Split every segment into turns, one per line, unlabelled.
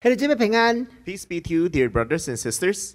兄弟姐妹平安，
Peace be to you, dear brothers and sisters.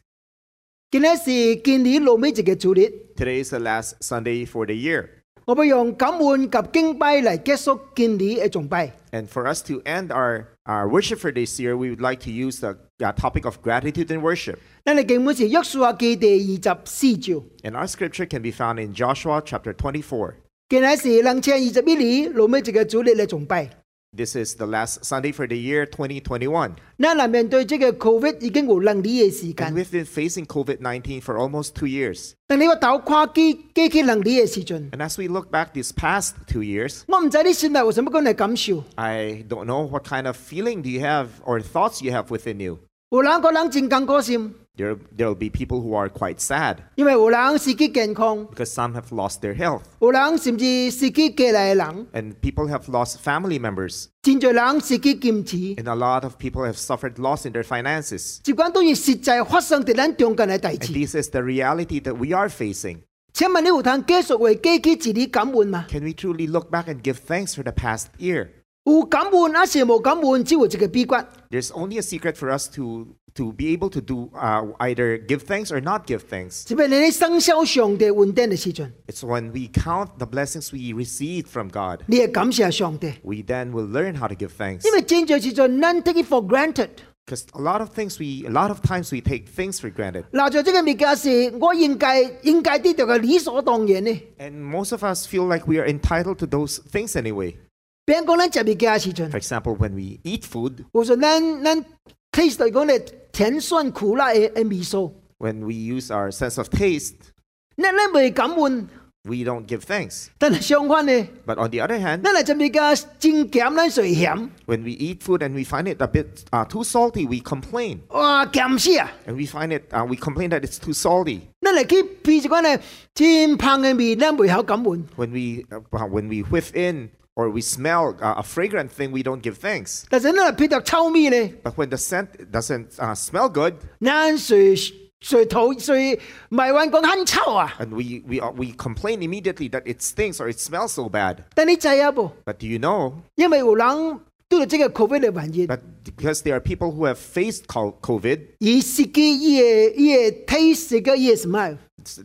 今日是建年老尾一嘅主日，
Today is the last Sunday for the year.
我要用感恩及敬拜嚟结束建年嘅崇拜。
And for us to end our, our worship for this year, we would like to use the uh, topic of gratitude and worship.
咱哋經本是約書亞記第二十四章，
And our scripture can be found in Joshua chapter 24.
今日是兩千二十一年老尾一嘅主日嚟崇拜。
This is the last Sunday for the year 2021.
咱嚟面對即個 Covid 已經有兩年嘅時間，
And we've been facing COVID 19 for almost two years.
當你個頭跨機機去兩年嘅時陣，
And as we look back these past two years,
我唔知你心內有什麼咁嘅感受。
I don't know what kind of feeling do you have or thoughts you have within you.
有人個人真艰苦心，
There, there'll be people who are quite sad
因為有人失去健康，
because some have lost their health.
有人甚至失去家內嘅人，
and people have lost family members
真侪人失去金錢。
and a lot of people have suffered loss in their finances
接管當然實際發生在咱中間嘅代
and
志。
this is the reality that we are facing
請問你有通繼續為過去一年感恩嗎？
can we truly look back and give thanks for the past year
有感恩還是無感恩，只有一個秘訣，
there's only a secret for us to to be able to do uh, either give thanks or not give thanks
特別你生肖上帝恩典嘅時陣，
it's when we count the blessings we received from god
你會感謝上帝，
we then will learn how to give thanks
因為真濟時陣咱 take it for granted。
because a lot of things we a lot of times we take things for granted
拿著這個物件是我應該應該得到嘅理所當然嘅。
and most of us feel like we are entitled to those things anyway
別人講咱食物件嘅時
for
陣，
example when we eat food
有時咱咱 taste 嚟講咧甜酸苦辣嘅嘅味素，
when we use our sense of taste,
咱咱未感恩，
we don't give thanks.
但係相反咧。
But on the other hand,
咱来食物件真咸，咱就咸，
when we eat food and we find it a bit uh, too salty, we complain.
哇咸死啊！
And we find it, uh, we complain that it's too salty.
咱来去鼻一款咧真香嘅味，咱袂晓感恩。
When we, uh, when we whiff in or we smell uh, a fragrant thing, we don't give thanks.
但是咱来鼻到臭味咧，
But when the scent doesn't uh, smell good
咱随随头随埋怨讲很臭啊！
and we, we, uh, we complain immediately that it stinks or it smells so bad.
但你知影无？
But do you know?
因为有人对着这个 COVID 嘅原因，
But because there are people who have faced co- COVID,
伊失去伊嘅伊嘅 taste 个伊嘅 smile，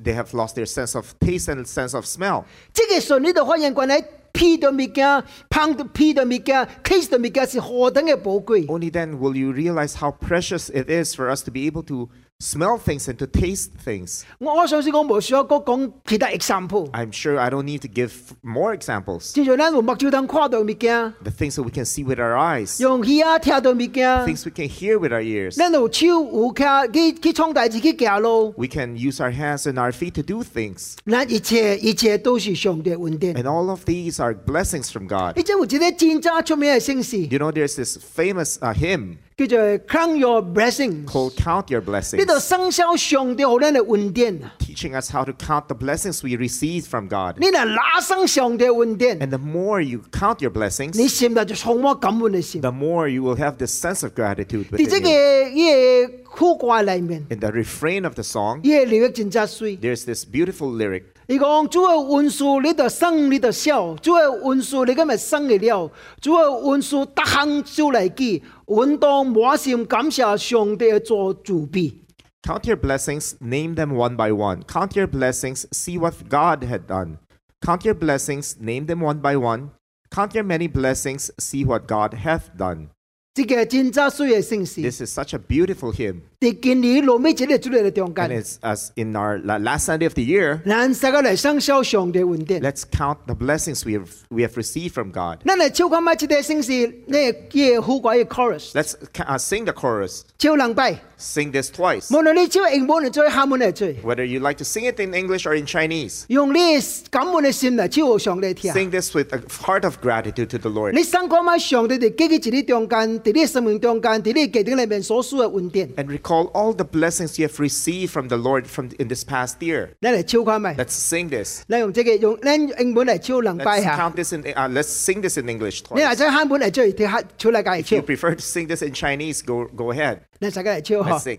they have lost their sense of taste and sense of smell.
这个时候你就发现原来鼻到物件、碰到鼻到物件、taste 到物件是何等嘅宝贵。
Only then will you realize how precious it is for us to be able to smell things and to taste things.
我我相信我無需要講講其他 example。
I'm sure I don't need to give more examples.
正常咱用目睭通看到物件，
The things that we can see with our eyes,
用耳啊聽到物件，
things we can hear with our ears.
咱用手有腳去去創代志去行路，
We can use our hands and our feet to do things.
咱一切一切都是上帝恩典。
And all of these are blessings from God.
你即有一个真正出名嘅聖詩，
You know, there's this famous uh, hymn
叫做《Count Your Blessings》，
called Count Your
呢
Blessings,
度生肖上帝互咱嘅恩典。
teaching us how to count the blessings we receive from God.
你若拿生上帝恩典，
And the more you count your
你
blessings,
心內就充滿感恩嘅心。
the more you will have this sense of gratitude
喺即
within
個
you.
伊個苦歌裏面，
In the refrain of the song,
伊個lyric 真正水。
there's this beautiful lyric
伊讲主要运输你着生，你着消；主要运输你今日生会了，主要运输逐项就来记。运动满心感谢上帝做主臂。
Count your blessings, name them one by one. Count your blessings, see what God had done. Count your blessings, name them one by one. Count your many blessings, see what God hath done.
这个真正水嘅圣事，
This is such a beautiful hymn.
伫今年落尾一个主日嘅中
And
间，
it's as in our la- last Sunday of the year,
咱大家来享受上帝恩典。
let's count the blessings we have, we have received from God.
咱来唱看卖这个圣事，呢个好怪嘅 chorus，
Let's ca- uh, sing the chorus.
唱两摆。
Sing this twice.
无论你唱英文嚟做，韩文嚟做，
Whether you like to sing it in English or in Chinese,
用你的感恩嘅心嚟唱互上帝听。
sing this with a heart of gratitude to the Lord.
你生看卖上帝伫记起一日中间，伫你生命中间，伫你家庭里面所需嘅恩典，
and recall all the blessings you have received from the Lord from in this past year.
咱嚟唱看卖。
Let's sing this.
咱用这个用咱英文嚟唱两摆
Let's
下，
count this in. Uh, let's sing this in English
你若
twice.
使汉文嚟做，睇下唱嚟解
If you
唱，
prefer to sing this in Chinese, go go ahead.
咱大家嚟唱呵
Let's。sing.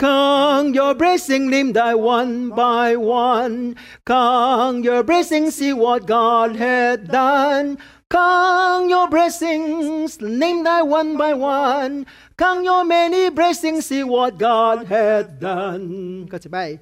Count your blessing, name thy one by one. Count your blessing, see what God had done. Count your blessings, name thy one by one. Count your many blessings, see what God hath done. 各位，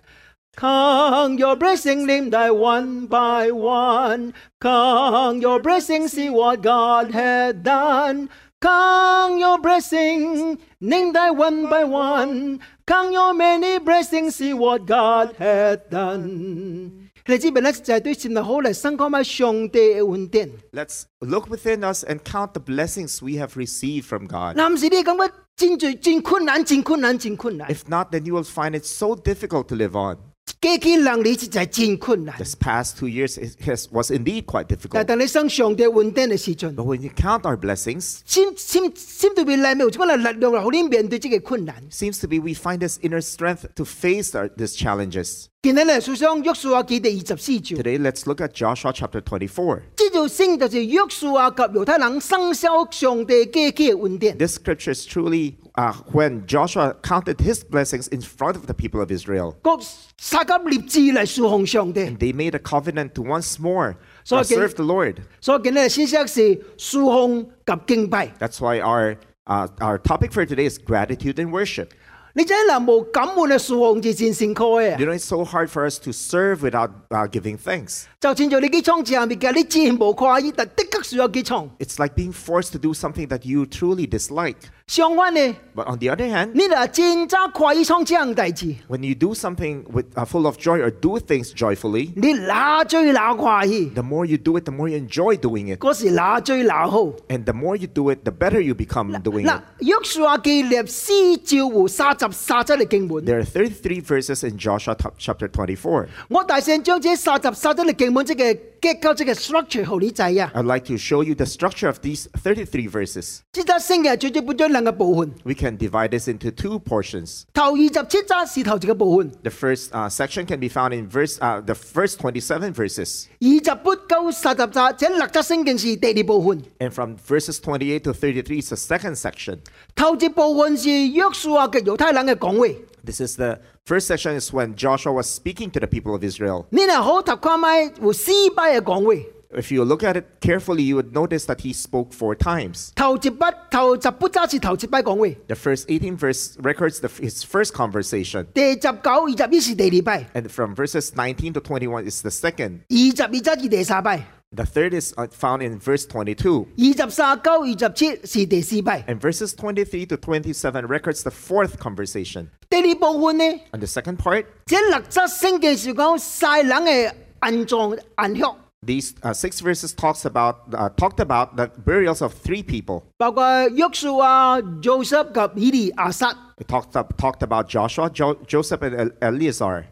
Count your blessings, name thy one by one. Count your blessings, see what God had done. Count your blessings, name thy one by one. Count your many blessings, see what God had done. 你知唔知就係對前後好嚟生講埋上帝嘅恩典。
Let's look within us and count the blessings we have received from God.
臨時你感覺真最真困難，真困難，真困難。
If not, then you will find it so difficult to live on.
幾幾能力就係真困難。
This past two years is, has, was indeed quite
但係
difficult.
當你生上帝恩典嘅時陣。
But when you count our blessings,
先先先对面嚟冇，只不過力量嚟好啲面對呢個困難。
seems to be we find this inner strength to face our, these challenges.
見到咧，書上約書亞記第二十四章，
Today, let's look at Joshua chapter 24.
呢條聖就係約書亞及猶太人生受上帝嘅嘅恩典。
This scripture is truly uh, when Joshua counted his blessings in front of the people of Israel.
各撒加立志嚟侍奉上帝，
They made a covenant to once more
So
uh,
again-
serve the Lord.
所以見咧先識是侍奉及敬拜。
That's why our uh, our topic for today is gratitude and worship.
你真係嗱冇感恩嘅侍奉就真成開啊
You！know, it's so hard for us to serve without uh, giving thanks.
就算做你幾創下面嘅，你自然無誇意，但的確需要幾創。
It's like being forced to do something that you truly dislike.
相反呢，
But on the other hand,
你嗱真真誇意創這樣大志，
when you do something with uh, full of joy or do things joyfully,
你哪追哪誇意，
the more you do it, the more you enjoy doing it,
嗰時哪追哪好。
and the more you do it, the better you become doing
嗱
it.，
約書亞記立施照湖沙集沙質嚟敬滿。
There are 33 verses in Joshua t- chapter 24.
我大聲將這沙集沙質嚟敬滿即嘅結構即嘅 structure 好理解啊。
I'd like to show you the structure of these 33 verses.
呢則聖嘅最最本咗兩個部分，
We can divide this into two portions.
頭二十七則是頭一個部分，
The first uh, section can be found in verse uh, the first 27 verses.
二十八九沙集沙這六則聖經是第二部分。
And from verses 28 to 33 is the second section.
頭一部分是約書亞嘅猶太人嘅講話。
This is the first section is when Joshua was speaking to the people of Israel.
你嗱好頭看咪胡斯巴嘅講話，
If you look at it carefully, you would notice that he spoke four times.
頭一八頭十八則是頭一八講話，
The first 18 verse records the, his first conversation.
第十九二十一是第二拜，
And from verses 19 to 21 is the second.
二十二則是第三拜。
The third is uh, found in verse 22.
二十三九、二十七是第四拜。
And verses 23 to 27 records the fourth conversation.
第二部分呢，
And the second part,
这六則聖經是講世人嘅暗葬暗穴，
these uh, six verses talks about uh, talked about the burials of three people.
包括約書亞、Joseph 及以利亞撒。
It talked up, talked about Joshua, jo- Joseph, and El- Eleazar.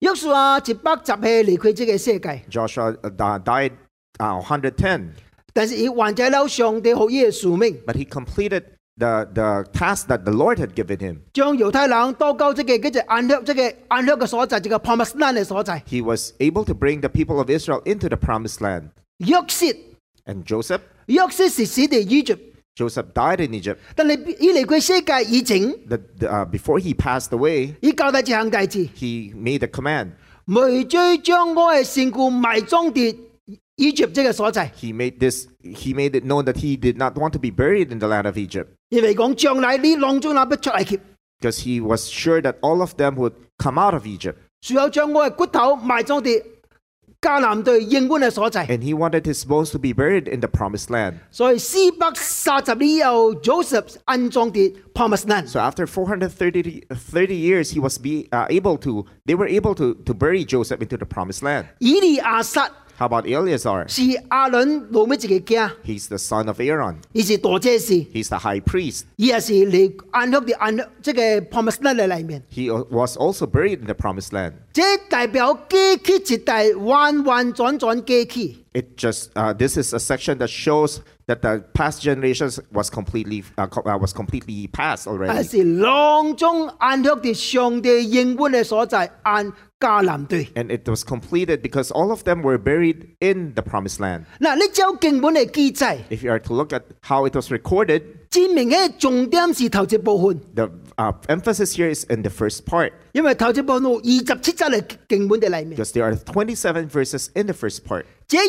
約書亞一百十歲離開這個世界，
Joshua uh, di- died uh, 110,
但是佢完成了上帝學嘢嘅使命，
but he completed the the task that the Lord had given him.
將猶太人多交這個嗰隻暗穴，這個暗穴嘅所在，這個 Promised Land 嘅所在。
He was able to bring the people of Israel into the promised land.
約瑟，
And Joseph,
約瑟是死地以絕，
Joseph died in Egypt.
但係佢離開世界以前，
The, the, uh, before he passed away,
佢交代一項大事。
he made a command.
梅追將我嘅善故埋葬跌以及即嘅所在，
He made this. He made it known that he did not want to be buried in the land of Egypt,
因為講將來呢浪中那不出埃及，
because he was sure that all of them would come out of Egypt,
所有將我嘅骨頭埋葬跌迦南地應官嘅所在。
and he wanted his bones to be buried in the promised land.
所以四百三十年後，Joseph 安葬跌 Promised Land。
So after 430 30 years, he was be uh, able to. They were able to to bury Joseph into the promised land.
以利亞撒
How about Eleazar?
是阿倫老尾自己家，
He's the son of Aaron.
佢是大祭司，
He's the high priest.
佢也是嚟安息啲安息即嘅 Promised Land 嘅裏面。
He uh, was also buried in the promised land.
這代表機器一代完完全全機器。
It just uh, this is a section that shows that the past generations was completely uh, co- uh, was completely passed
啊
already.
是浪中安息的上帝應允嘅所在，安迦南地。
and it was completed because all of them were buried in the promised land.
嗱，你照經本嘅記載，
If you are to look at how it was recorded,
證明嘅重點是頭一部分，
the uh, emphasis here is in the first part.
因為頭先講到二十七節係敬本地裏面，
because there are 27 verses in the first part.
這二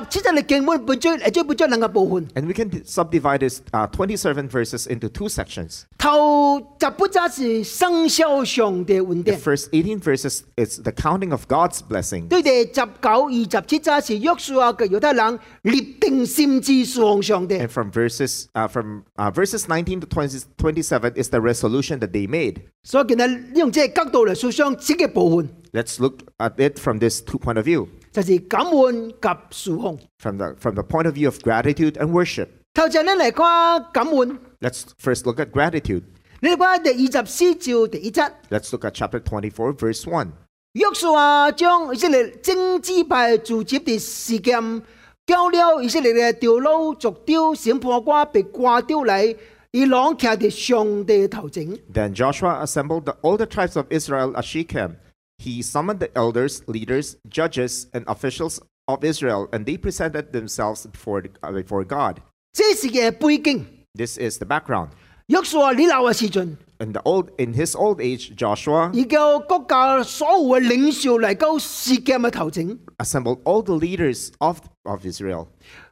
十七節係敬本本章，誒將本章能夠部分。
And we can d- subdivide this uh, 27 verses into two sections.
頭十本章是生肖上帝恩
The
典，
first 18 verses is the counting of God's blessing.
對第十九、二十七章是約書亞嘅猶太人列定先知上上帝。
And from verses uh, from uh, verses 19 to 20, 27 is the resolution that they made.
所以見到呢種即係角度嚟述相整嘅部分，
Let's look at it from this two point of view,
就是感恩及樹控。
from the from the point of view of gratitude and worship.
頭先咧嚟講感恩，
Let's first look at gratitude.
你哋講第二十四照第一節。
Let's look at chapter 24 verse 1.
约书亚将以色列精支派聚集的事件，交了以色列嘅吊佬、逐雕、闪破瓜被挂雕嚟，以朗骑喺上帝嘅头前。
Then Joshua assembled the, all the tribes of Israel at Shechem. He summoned the elders, leaders, judges, and officials of Israel, and they presented themselves before, uh, before God.
这是嘅背景。
This is the background.
约书啊亚呢流嘅时阵，
In, the old, in his old age, Joshua
而叫国家所有嘅领袖嚟到事件嘅头前。
assembled all the leaders of, of Israel.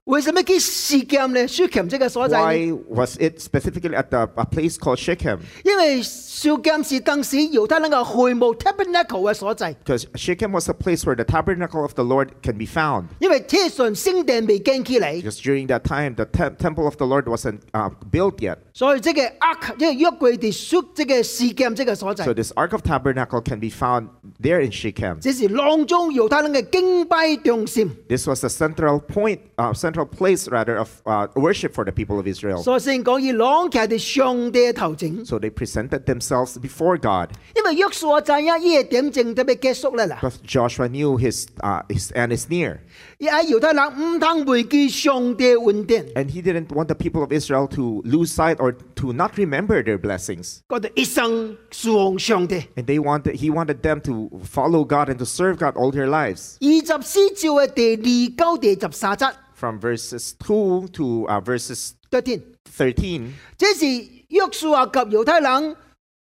为什么叫事件呢？书琴即嘅所在呢，
Why was it specifically at the, a place called Shechem?
因为事件是当时犹太人嘅会幕 tabernacle 嘅所在，
Because Shechem was a place where the tabernacle of the Lord can be found.
因为天上圣殿未建起嚟。
Because during that time, the tem- temple of the Lord wasn't uh, built yet.
所以即係呃，即係約櫃地書，即係事件，即係所在
So。this Ark of Tabernacle can be found there in Shechem.
這是浪中猶太人嘅敬拜中心，
This was the central point, uh, central place rather of uh, worship for the people of Israel.
所
So,
以先講以朗騎地上帝嘅頭前，
they presented themselves before God
因為約書亞就係一夜點正特別結束啦嗱，
because Joshua knew his uh, his end is near,
而喺猶太人唔通回記上帝嘅恩典，
and he didn't want the people of Israel to lose sight or to not remember their blessings.
覺得一生順上帝。
And they wanted he wanted them to follow God and to serve God all their lives.
二十四照嘅第二九第十三則，
From verses two to uh, verses
昨天，
thirteen,
這是約書亞及猶太人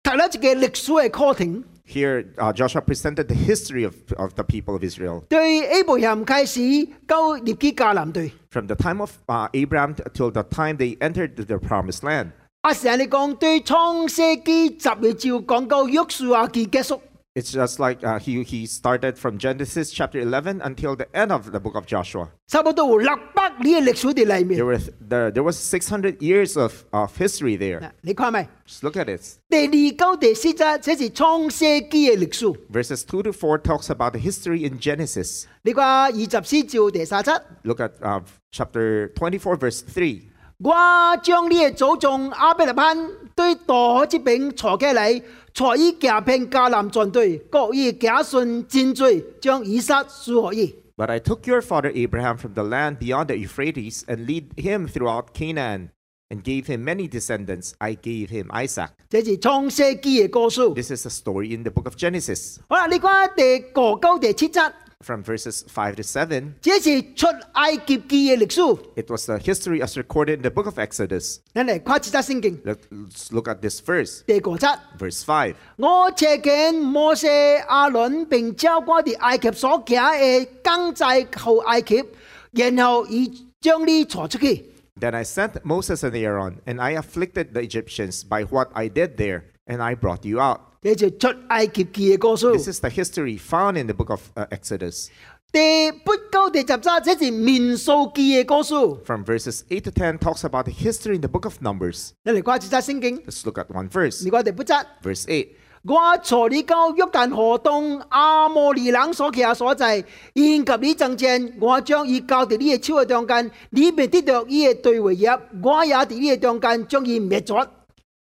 提咗一個歷史嘅課程。
here uh, Joshua presented the history of, of the people of Israel.
對 A 部人開始交列基迦南隊。
from the time of uh, Abraham t- till the time they entered the promised land.
阿成你講對創世記十二照講到約書亞記結束，
It's just like uh, he, he started from Genesis chapter 11 until the end of the book of Joshua.
差不多有六百年嘅歷史喺裏
There,
面。
were th- there, there was 600 years of, of history there.
嗱，你睇咪？
Just look at it.
第二九第四則，這是創世記嘅歷史。
Verses 2 to 4 talks about the history in Genesis.
你講二十四照第三則，
Look at uh, chapter 24, verse 3.
我將呢個祖宗阿伯利班對大海之柄坐起嚟，坐以夾遍迦南戰隊，各以假信戰罪，將以撒輸何以？
But I took your father Abraham from the land beyond the Euphrates and lead him throughout Canaan and gave him many descendants. I gave him Isaac.
這是創世記嘅歌書。
This is a story in the book of Genesis.
好啦，你講第九九第七則。
from verses 5 to 7,
这是出埃及记嘅历史。
it was the history as recorded in the book of Exodus.
你嚟跨節則聖經
Let's look at this verse,
第九節，
verse 5.
我借見摩西、亞倫並招瓜地埃及所行嘅耕祭後埃及，然後以將呢鋤出去。
Then I sent Moses and Aaron, and I afflicted the Egyptians by what I did there, and I brought you out.
呢就出埃及記嘅歌
This
書。
is the history found in the book of uh, Exodus.
第不鳩第十節，這是面數記嘅歌書。
From verses 8 to 10 talks about the history in the book of Numbers.
你嚟跨節則聖經，
Let's look at one verse,
你講第八節。
verse 8.
我坐你到約旦河東阿摩利冷所騎下所制，現及你陣正，我將以教地呢嘅超嘅當間，你便得着呢嘅對回入，我也地呢嘅當間將以滅咗。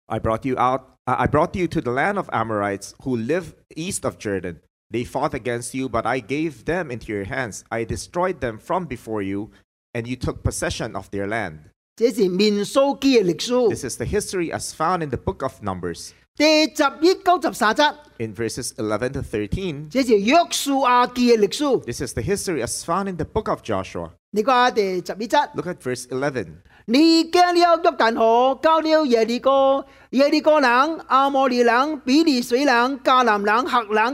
I brought you out. uh, I I brought you to the land of Amorites who live east of Jordan. They fought against you, but I gave them into your hands. I destroyed them from before you, and you took possession of their land.
這是面數記嘅歷史
This，is the history as found in the book of Numbers.
第十一九十三則，
In verses 11 to 13,
這是約書亞記嘅歷史。
this is the history as found in the book of Joshua.
你講下第十一則，
Look at verse 11.
你见了约旦河，交了耶利哥，耶利哥人、阿摩利人、比利水人、迦南人、客人、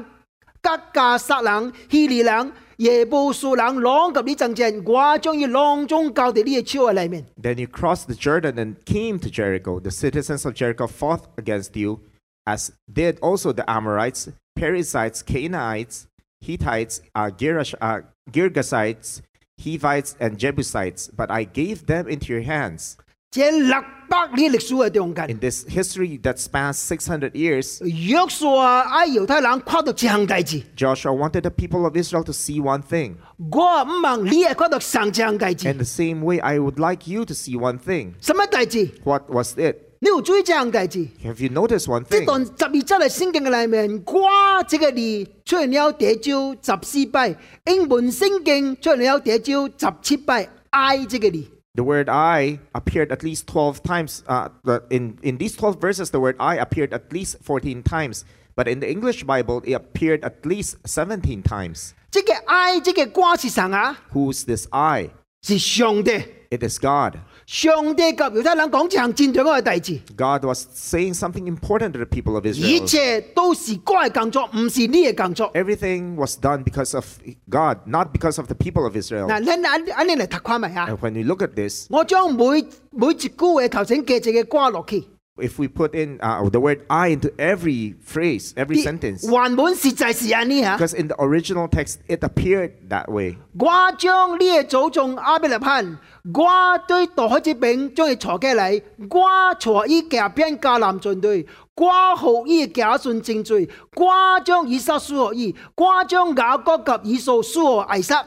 吉加撒人、希利人、耶布素人，朗及呢陣陣，我將要囊中交地呢嘅超喺裏面。
Then you crossed the Jordan and came to Jericho. The citizens of Jericho fought against you, as did also the Amorites, Perizzites, Canaanites, Hittites, uh, Girash, uh, Girgashites, Hivites, and Jebusites. But I gave them into your hands.
這六百年歷史嘅中間，
In this history that spans 600 years,
約書亞喺啊猶太人跨到自行帝字，
Joshua wanted the people of Israel to see one thing.
我唔問你係跨到神自行帝字，
And the same way, I would like you to see one thing.
什麼帝字？
What was it?
你要注意自行帝字。
Have you noticed one
呢
thing?
段十二章嘅聖經嘅裏面，瓜這個字出現了第一招十四拜，英文聖經出現了第一招十七拜，I 這個字。
The word I appeared at least 12 times. Uh, the- in, in these 12 verses, the word I appeared at least 14 times. But in the English Bible, it appeared at least 17 times.
即個 I 即個瓜是神啊，
Who's this I?
是上帝。
It is God.
上帝及猶太人講這項戰隊嗰個弟子，
God was saying something important to the people of
一
Israel.
切都是該嘅工作，唔是呢嘅工作。
Everything was done because of God, not because of the people of Israel.
嗱，你嗱啱啱嚟睇下咪啊！
And when you look at this,
我將每每節句嘅頭先記住嘅瓜落去，
if we put in uh, the word I into every phrase, every sentence,
還本事就係是啊呢嚇。
because in the original text, it appeared that way.
我將呢嘅祖宗阿比勒潘，我對大海之柄將佢坐起嚟，我坐依夾邊迦南進隊，我學依假信正罪，我將以撒輸學伊，我將雅各及以掃輸學艾撒。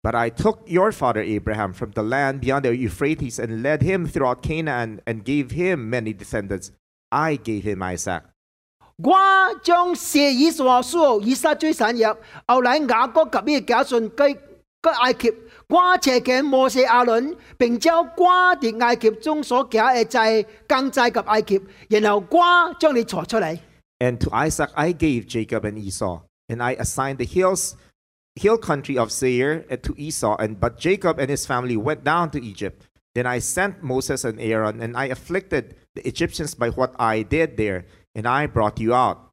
But I took your father Abraham from the land beyond the Euphrates and led him throughout Canaan and gave him many descendants. I gave him Isaac.
我將射以掃輸學以撒追散入，後來雅各及呢假信居居埃及，我借嘅摩西亞倫，並將我哋埃及中所假嘅祭更祭及埃及，然後我將你坐出嚟。
And to Isaac I gave Jacob and Esau. And I assigned the hills, hill country of Seir eh, to Esau. And but Jacob and his family went down to Egypt. Then I sent Moses and Aaron, and I afflicted the Egyptians by what I did there, and I brought you out.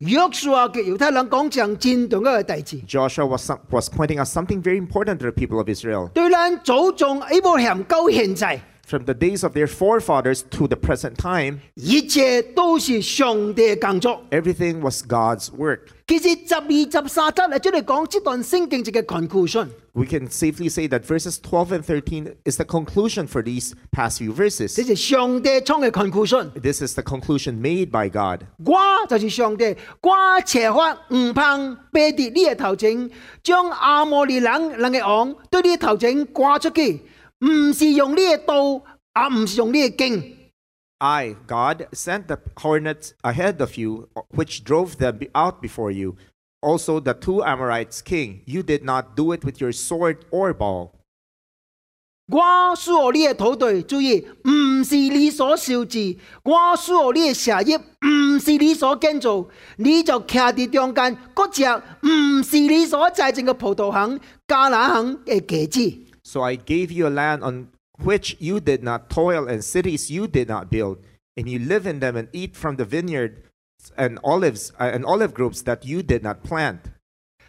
约书亚嘅犹太人讲像战动嘅弟子，
Joshua was, some- was pointing out something very important to the people of Israel.
对咱祖宗 Abraham 到现在，
From the days of their forefathers to the present time,
一切都是上帝嘅工作。
everything was God's work.
其实十二十三节嚟即嚟讲这段圣经嘅 conclusion，
We can safely say that verses 12 and 13 is the conclusion for these past few verses.
这是上帝创嘅 conclusion。
This is the conclusion made by God.
我就是上帝，我邪法唔碰，背跌你嘅头前，将阿摩利人人嘅王对你嘅头前挂出去，唔是用呢嘅刀，也唔是用呢嘅剑。
I, God, sent the hornets ahead of you, which drove them be- out before you. Also, the two Amorites king. You did not do it with your sword or bow.
我輸我呢嘅土地，注意，唔是你所笑字；我輸我呢嘅社业，唔是你所建造。你就徛喺中間，嗰只唔是你所栽種嘅葡萄行、迦拿行嘅茄子。
So I gave you a land on which you did not toil, and cities you did not build, and you live in them and eat from the vineyard and olives uh, and olive groves that you did not plant.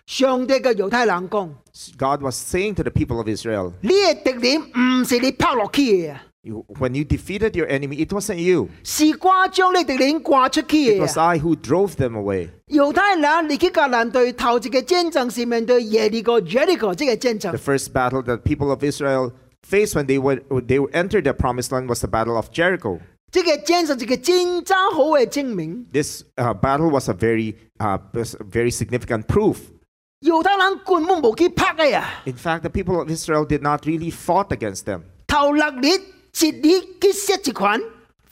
上帝嘅猶太人講：呢
God was saying to the people of Israel,
嘅敵點唔是你拋落去嘅，
you, when you defeated your enemy, it wasn't you.
是我將呢敵點掛出去
It was
嘅。
I who drove them away.
猶太人你去迦南對頭一嘅戰爭是面對耶利哥、耶利哥即嘅戰爭
The。first battle that people of Israel faced when they were, when they entered the promised land was the battle of Jericho.
即嘅戰爭即嘅戰爭好嘅證明。
This uh, battle was a very, uh, was a very significant proof.
猶太人根本冇去拍啊嘅呀！
In fact, the people of Israel did not really fought against them.
頭六日一日去殺一群，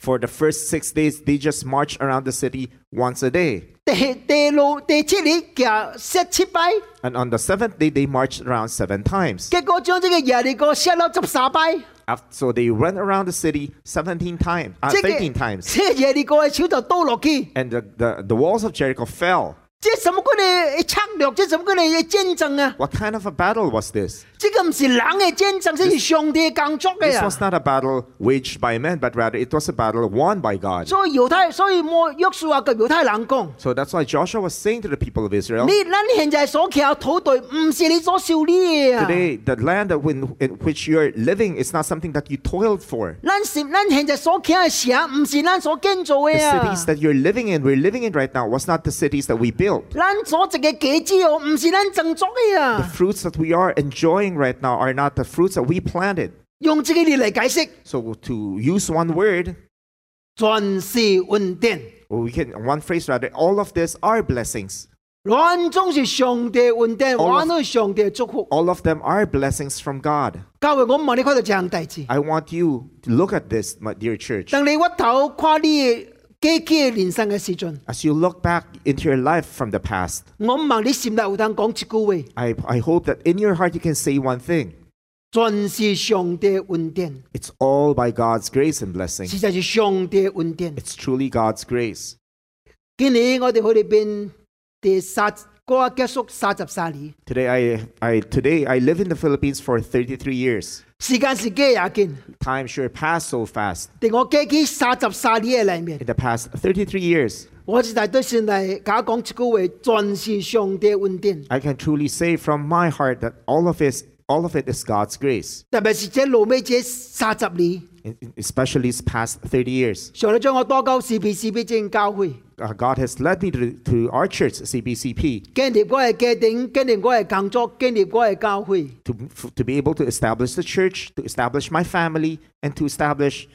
For the first six days, they just marched around the city once a day.
第第六第七日行殺七擺，
And on the seventh day, they marched around seven times.
結果將這個耶利哥殺了十三擺。
Af- So they went around the city 17 times, uh,
這個
13 times.
這個耶利哥嘅手就倒落去，
And the, the, the walls of Jericho fell.
即係什麼嗰啲策略，即係什麼嗰啲戰爭啊！
What kind of a battle was this?
即係唔是冷嘅戰爭，即係上帝嘅工作嘅
This
啊！
was not a battle waged by men, but rather it was a battle won by God.
所以猶太，所以摩約書亞及猶太人講：
So that's why Joshua was saying to the people of Israel
你恁現在所騎嘅土地，唔是你所燒啲啊！
today, the land that when, in which you're living is not something that you toiled for.
咱是咱現在所騎嘅城，唔啊是咱所建造
The
嘅
cities
啊！
that you're living in, we're living in right now, was not the cities that we built.
咱所植嘅果子哦，唔是咱種作嘅
The
啊！
fruits that we are enjoying right now are not the fruits that we planted.
用自己嚟嚟解釋，
So to use one word,
全是恩典。
or we can one phrase rather, all of this are blessings.
乱中是上帝恩典，
All of-
玩都是上帝嘅祝福。
All of them are blessings from God.
教會我唔問你看到這項大字，
I want you to look at this, my dear church.
當你屈頭跨你嘅幾嘅人生嘅時陣，
As you look back into your life from the past,
我唔問你心內有當講一句話，
I, I hope that in your heart you can say one thing.
全是上帝恩典，
It's all by God's grace and blessing.
實在是上帝恩典。
It's truly God's grace.
今年我哋去到邊第三個結束三十三年，
Today I, I today I live in the Philippines for 33 years.
時間是幾也見，
Time sure passed so fast.
但我記起三十三年嘅裏面，
In the past 33 years,
我實在對神嚟假講一句話，全是上帝恩典。
I can truly say from my heart that all of it, all of it is God's grace.
特別是這路尾這三十年。
in- in- Especially these past 30 years,
上帝將我多交 C B C B 正教會，
Uh, God has led me to, to our church, CBCP,
建立我嘅家庭，建立我嘅工作，建立我嘅教會。
to, f- to be able to establish the church, to establish my family, and to establish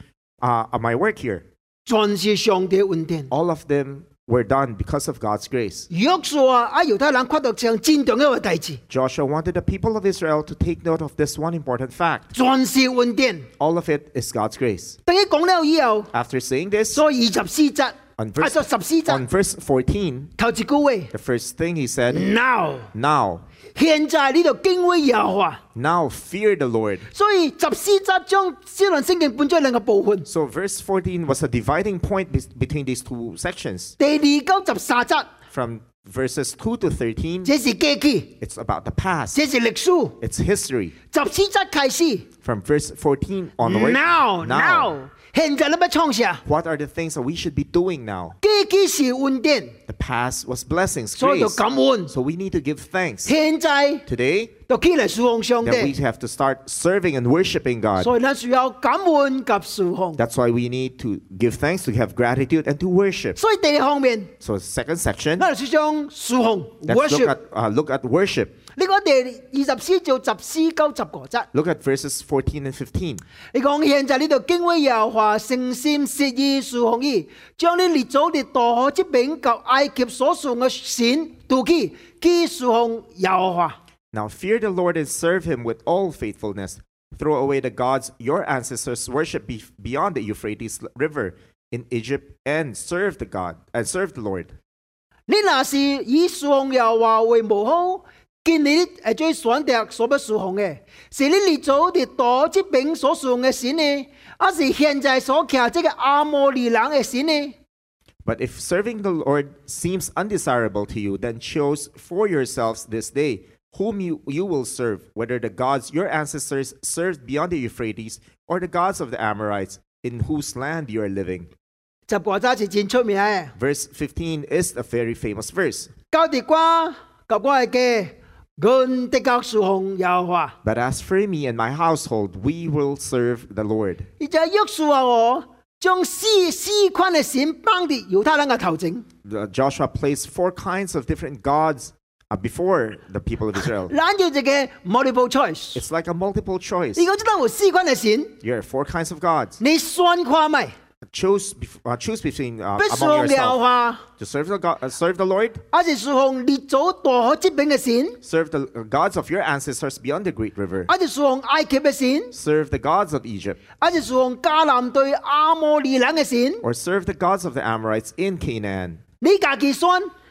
uh, uh, my work here.
全是上帝恩典。
All of them were done because of God's grace.
約書亞啊，猶太人看到這樣戰爭一個代志，
Joshua wanted the people of Israel to take note of this one important fact.
全是恩典。
All of it is God's grace.
等佢講了以後，
After saying this,
所以二十四節，
On
啊，就十四
on
節，
verse 14,
頭一句話
the first thing he said,
Now，
Now,
現在呢度敬畏耶和華。
now fear the Lord.
所以十四節將小論聖經分咗兩個部分，
So verse 14 was a dividing point be- between these two sections.
第二九十三節，
From verses 2 to 13,
這是過去，
it's about the past,
這是歷史。
it's history.
十四節開始。
From verse 14 onward.
Now, now，現在你要創啥？
What are the things that we should be doing now?
基基是恩典，
The past was blessings,
所以就
grace.
感恩。
So we need to give thanks.
現在
Today,
就起嚟侍奉上
that we
帝，
have to start serving and worshiping God.
所以咱需要感恩及侍奉。
That's why we need to give thanks, to have gratitude, and to worship.
所以第二方面，
So, second section,
我哋需要侍奉
let's look
worship
at, uh, look at worship.
你講第二十四至十四九十個則，
Look at verses 14 and 15.
你講現在呢度敬畏耶和華，誠心實意侍奉伊，將你列祖列大河之柄及埃及所送嘅錢渡去，基侍奉耶和華。
Now fear the Lord and serve him with all faithfulness. Throw away the gods your ancestors worshipped be- beyond the Euphrates River in Egypt and serve the God and serve the Lord.
你那是以侍奉耶和華為無好，見你诶最選擇所不侍奉嘅，是你列祖列代之柄所侍奉嘅神呢？啊是現在所騎即嘅阿摩利人嘅神呢？
But if serving the Lord seems undesirable to you, then choose for yourselves this day whom you, you will serve, whether the gods your ancestors served beyond the Euphrates or the gods of the Amorites in whose land you are living.
十個仔是真出名嘅，
Verse 15 is a very famous verse.
交地瓜及我嘅家，阮的教侍奉耶和華。
But as for me and my household, we will serve the Lord.
而且約書亞我將啊哦四四款嘅神放伫猶太人嘅頭前，
The- Joshua placed four kinds of different gods uh, before the people of Israel.
咱要一個 multiple choice。
It's like a multiple choice.
如果知道有四款嘅神，
Here are four kinds of gods.
你選看咪？
Choose, bef- uh, choose between uh,
不侍奉
among
耶和
yourself.
華。
To serve the God, uh, serve the Lord,
还是侍奉列祖大河之柄嘅神，
serve the uh, gods of your ancestors beyond the great river.
还是侍奉埃及嘅神，
Serve the gods of Egypt,
还是侍奉迦南对阿摩利人嘅神？
or serve the gods of the Amorites in Canaan.
你家己选，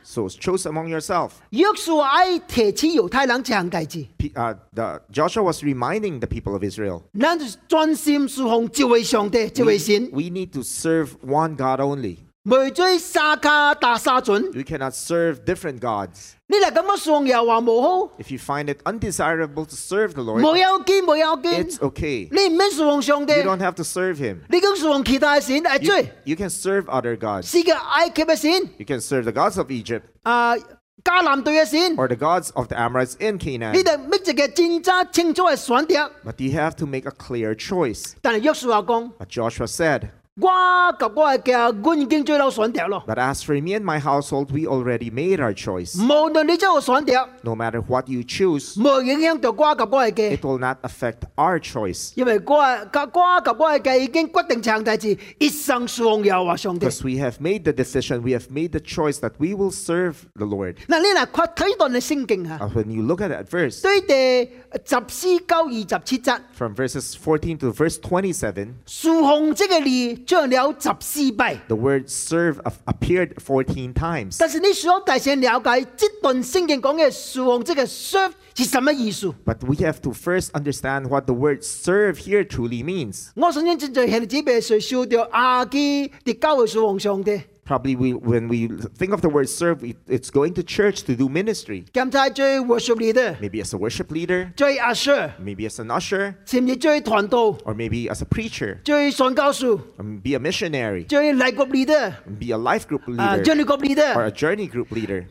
So choose among yourself.
约书亚爱提起犹太人这项代志，
P- uh, the, Joshua was reminding the people of Israel
咱就专心侍奉这位上帝、这位
we,
神。
we need to serve one God only.
mời truy sa ca đà sa chuẩn.
We cannot serve different gods.
Này là cái song dầu hòa mù hô,
If you find it undesirable to serve the Lord,
mù có kiến mù có kiến.
it's okay.
Này không song thượng đế,
You don't have to serve Him.
này cũng song kỳ đại thần là
You,
truy.
you can serve other gods.
Sự cái Ai Cập cái thần,
You can serve the gods of Egypt
à Gia Nam đội cái thần.
or the gods of the Amorites in Canaan.
Này là mấy cái cái chiến tranh chính chủ là chọn được.
But you have to make a clear choice.
Nhưng Đức Chúa nói,
But Joshua said,
tôi và tôi cái quân kinh chủ lâu chọn được rồi.
But as for me and my household, we already made our choice.
Vô luận bạn có chọn được,
No matter what you choose,
không ảnh hưởng đến tôi và tôi cái.
it will not affect our choice
因为瓜瓜瓜及瓜嘅已經決定層大字，一生上又話上帝。
because we have made the decision, we have made the choice that we will serve the Lord.
嗱，呢嗱佢睇到你聖經嚇，
And when you look at that verse,
對地集思交易集切質，
from verses 14 to verse 27,
樹紅即嘅利將了集思幣。
the word serve a- appeared 14 times.
但是你需要大聲了解，這段聖經講嘅樹紅即嘅 serve 是什麼意思？
But we have to first understand what the word serve here truly means.
我相信正在係指被誰笑掉阿基跌交去樹紅上帝，
Probably we, when we think of the word serve, we, it's going to church to do ministry,
咁就係最 worship leader，
maybe as a worship leader,
最 usher，
maybe as an usher,
甚至最團道，
or maybe as a preacher,
最信教書，
um, be a missionary, um,
最禮國 leader。
be a life group
啊，將
leader,
你個
or
leader，
a journey group leader.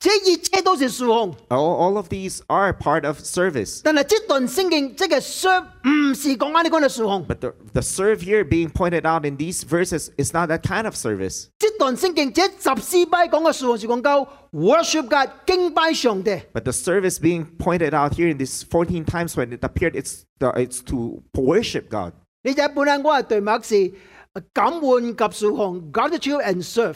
這一切都是樹紅，
All, all of these are part of service.
但係這段聖經即係相唔是講啱你講嘅樹紅，
But the, the serve here being pointed out in these verses is not that kind of service.
這段聖經這十四拜講嘅樹紅是講究 worship God 敬拜上帝，
But the service being pointed out here in these 14 times when it appeared, it's, the, it's to worship God.
你就本身我嘅對墨是呃感恩及樹紅 gratitude and serve，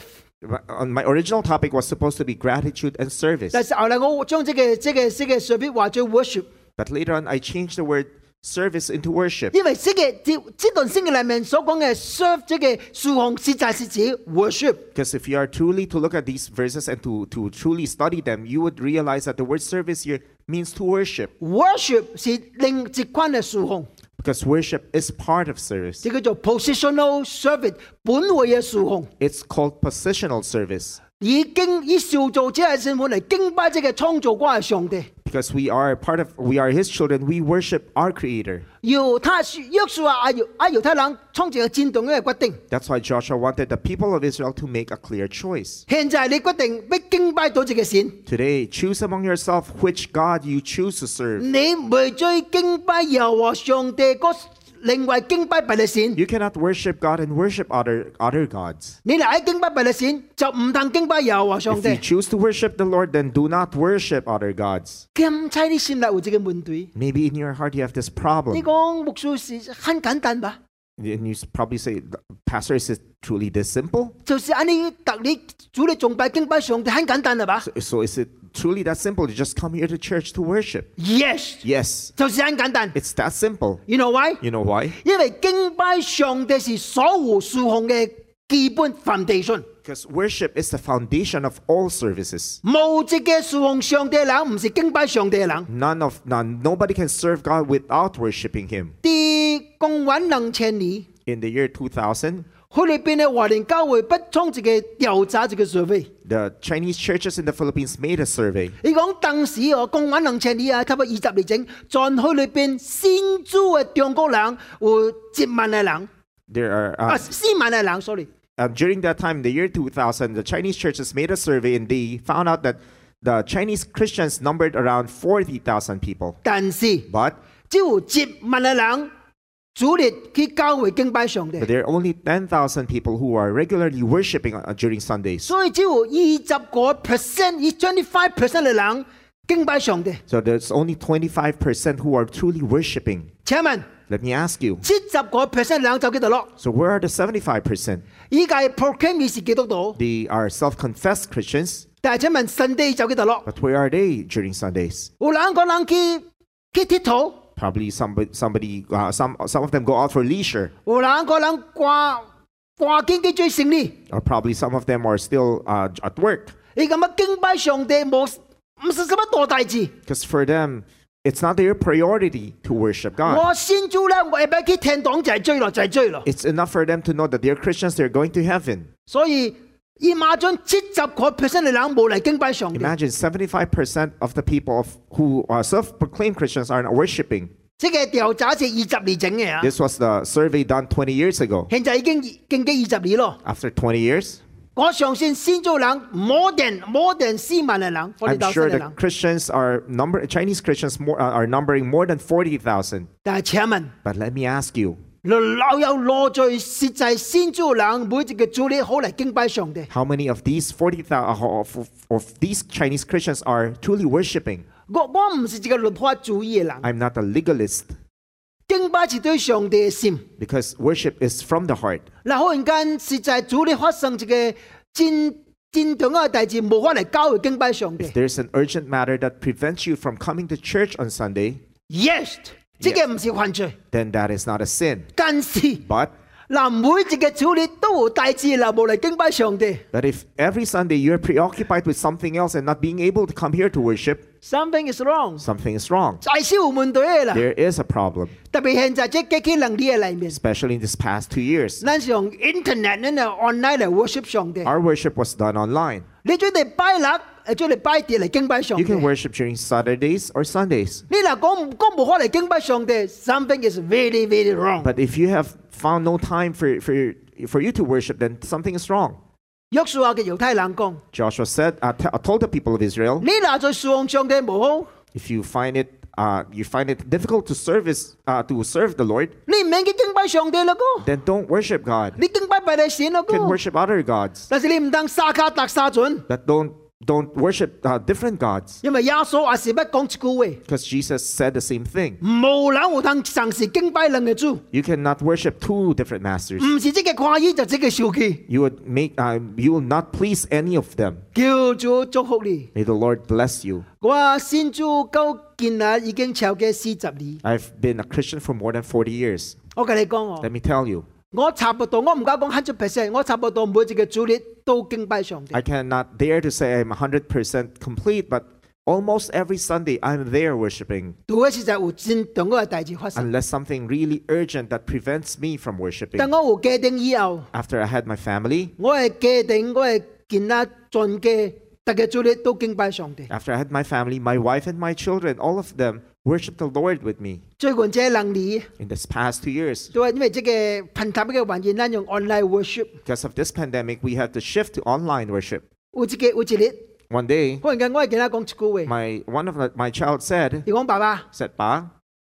On my original topic was supposed to be gratitude and service.
但是後嚟我將這個這個這個 service 話做 worship，
But later on, I changed the word service into worship
因為這個這這段聖經裡面所講嘅 serve 這個樹紅實在是指 worship。
because if you are truly to look at these verses and to, to truly study them, you would realize that the word service here means to worship
Worship 是令直觀嘅樹紅。
because worship is part of service.
就叫做 positional service 本會嘅樹紅，
It's called positional service
以經以受造者嘅身份嚟敬拜者嘅創造關係上帝，
because we are part of we are His children. We worship our Creator.
要他啊約書亞阿猶阿猶太人衝住嘅戰動嘅決定，
That's why Joshua wanted the people of Israel to make a clear choice.
現在你決定必敬拜到自嘅神，
Today, choose among yourself which God you choose to serve.
你唔會再敬拜耶和華上帝嗰另外敬拜別嘅神，
You cannot worship God and worship other other gods.
你嚟喺敬拜別嘅神就唔能敬拜耶和華上
If you
帝。
choose to worship the Lord, then do not worship other gods.
咁差啲先嚟會自己面對，
Maybe in your heart you have this
你
problem,
講牧師是很簡單吧？
and you s- probably say, "Pastor, is it truly this simple?
就是按你特你主你崇拜敬拜上帝很簡單啦吧？
So is it truly that simple to just come here to church to worship?"
Yes，
Yes,
就是很簡單。
it's that simple.
You know why？
You know why?
因為敬拜上帝是所有樹紅嘅基本 foundation。
Because worship is the foundation of all services.
無職嘅樹紅上帝嘅人唔是敬拜上帝嘅人。
None of none, nobody can serve God without worshiping Him.
啲公允能千里，
In the year 2000,
菲律賓嘅華人教會不充自己調查自己 survey。
the Chinese churches in the Philippines made a survey.
你講當時哦，公允能千里啊，差唔多二十年整，在菲律賓先租嘅中國人會接萬嘅人，
There are
啊，
uh,
先萬嘅人，sorry。
uh, during that time, the year 2000, the Chinese churches made a survey and they found out that the Chinese Christians numbered around 40,000 people.
但是
But
只要接萬嘅人，主力去教會敬拜上帝。
there are only 10,000 people who are regularly worshiping uh, during Sundays.
所以只要二十個 percent，以 twenty five percent 嘅人敬拜上帝。
So there's only 25% who are truly worshiping.
請問
Let me ask you.
七十個 percent 人走幾度咯？
So where are the 75%?
依家 proclaim 你是基督徒，
They are self-confessed Christians,
但係請問神地走幾度咯？
but where are they during Sundays?
有人講人去去鐵土，
Probably somebody, somebody uh, some, some of them go out for leisure,
有人講人掛掛經機追勝利。
or probably some of them are still uh, at work.
你咁樣敬拜上帝冇唔是什麼大大事。
Because for them, it's not their priority to worship God.
我先做咧，我係咪去天堂就係追咯，就係追咯。
It's enough for them to know that they're Christians, they're going to heaven.
所以以馬將七十個 percent 嘅冷暴嚟敬拜上帝，
Imagine 75% of the people of, who are self proclaimed Christians are not worshiping.
即係調查一次二十年整嘅啊。
This was the survey done 20 years ago.
現在已經競技二十年咯。
After 20 years,
我上線先做冷 more than more than 斯文嚟冷，我哋
I'm
鬥新嚟
sure the
冷。
Christians are number Chinese Christians more, uh, are numbering more than 40,000.
但係請問，
But let me ask you,
輪流有攞罪設祭先做冷，每隻嘅主理好嚟敬拜上帝。
how many of these 40,000 of, of, of these Chinese Christians are truly worshiping?
我我唔是一個律法主義嘅人，
I'm not a legalist
敬拜是對上帝嘅善。
because worship is from the heart.
嗱，忽然間實在主你發生一個戰戰長嘅大事，無法嚟交去敬拜上帝
If。there's an urgent matter that prevents you from coming to church on Sunday,
Yes，呢個唔是犯罪，
then that is not a sin.
但是
But
嗱，每一個主你都有大事嗱，無嚟敬拜上帝。
that if every Sunday you're preoccupied with something else and not being able to come here to worship,
Something is wrong，
something is wrong.
大師會面對嘅啦。
There is a problem,
特別現在即機器能力嘅裏面，
especially in these past two years.
咱是用 Internet 呢嚟 online 嚟 worship 上帝。
Our worship was done online.
你最嚟拜六，誒最嚟拜地嚟敬拜上
You
帝。
can
你
worship during Saturdays or Sundays.
嗱講講無法嚟敬拜上帝，something is very very wrong。
But if you have found no time for, for, for you to worship, then something is wrong.
約書亞嘅猶太人講。
Joshua said, uh, t- uh, told the people of Israel,
你拿在樹上上帝無好，
if you find it, uh, you find it difficult to service, uh, to serve the Lord,
你唔免去敬拜上帝啦哥，
then don't worship God.
你敬拜拜你神啦
You can
哥，
worship other gods,
但是你唔當沙卡特沙準，
but don't, don't worship uh, different gods.
因為耶穌也是不講一句
Because Jesus said the same
話，
thing.
無能有當神是敬拜人嘅主，
You cannot worship two different masters.
唔是即個跨衣就即個小氣，
You would make uh, you will not please any of them.
叫做祝福你。
May the Lord bless you.
我先主到今日已經超過四十年，
I've been a Christian for more than 40 years.
我跟你講哦
Let，me tell you,
我差不多，我唔敢講 hundred percent，我差不多每一個主日都敬拜上帝
I。cannot dare to say I'm 100% complete, but almost every Sunday I'm there worshiping
到嘅時就有真重要嘅代志發生，
unless something really urgent that prevents me from
但
worshiping.
我有家庭以後。
After I had my family,
我係既定，我係見啊盡嘅，特嘅主你都敬拜上帝。
after I had my family, my wife and my children, all of them worship the Lord with me
最近這兩年，
in this past two years.
都係因為這個貧乏嘅環境，咱用 online worship。
Because of this pandemic, we had to shift to online worship.
有一個有一日，
One day,
忽然間我係見啊講一句話，
my one of the, my child said,
伊講爸爸，
said, "Pa,"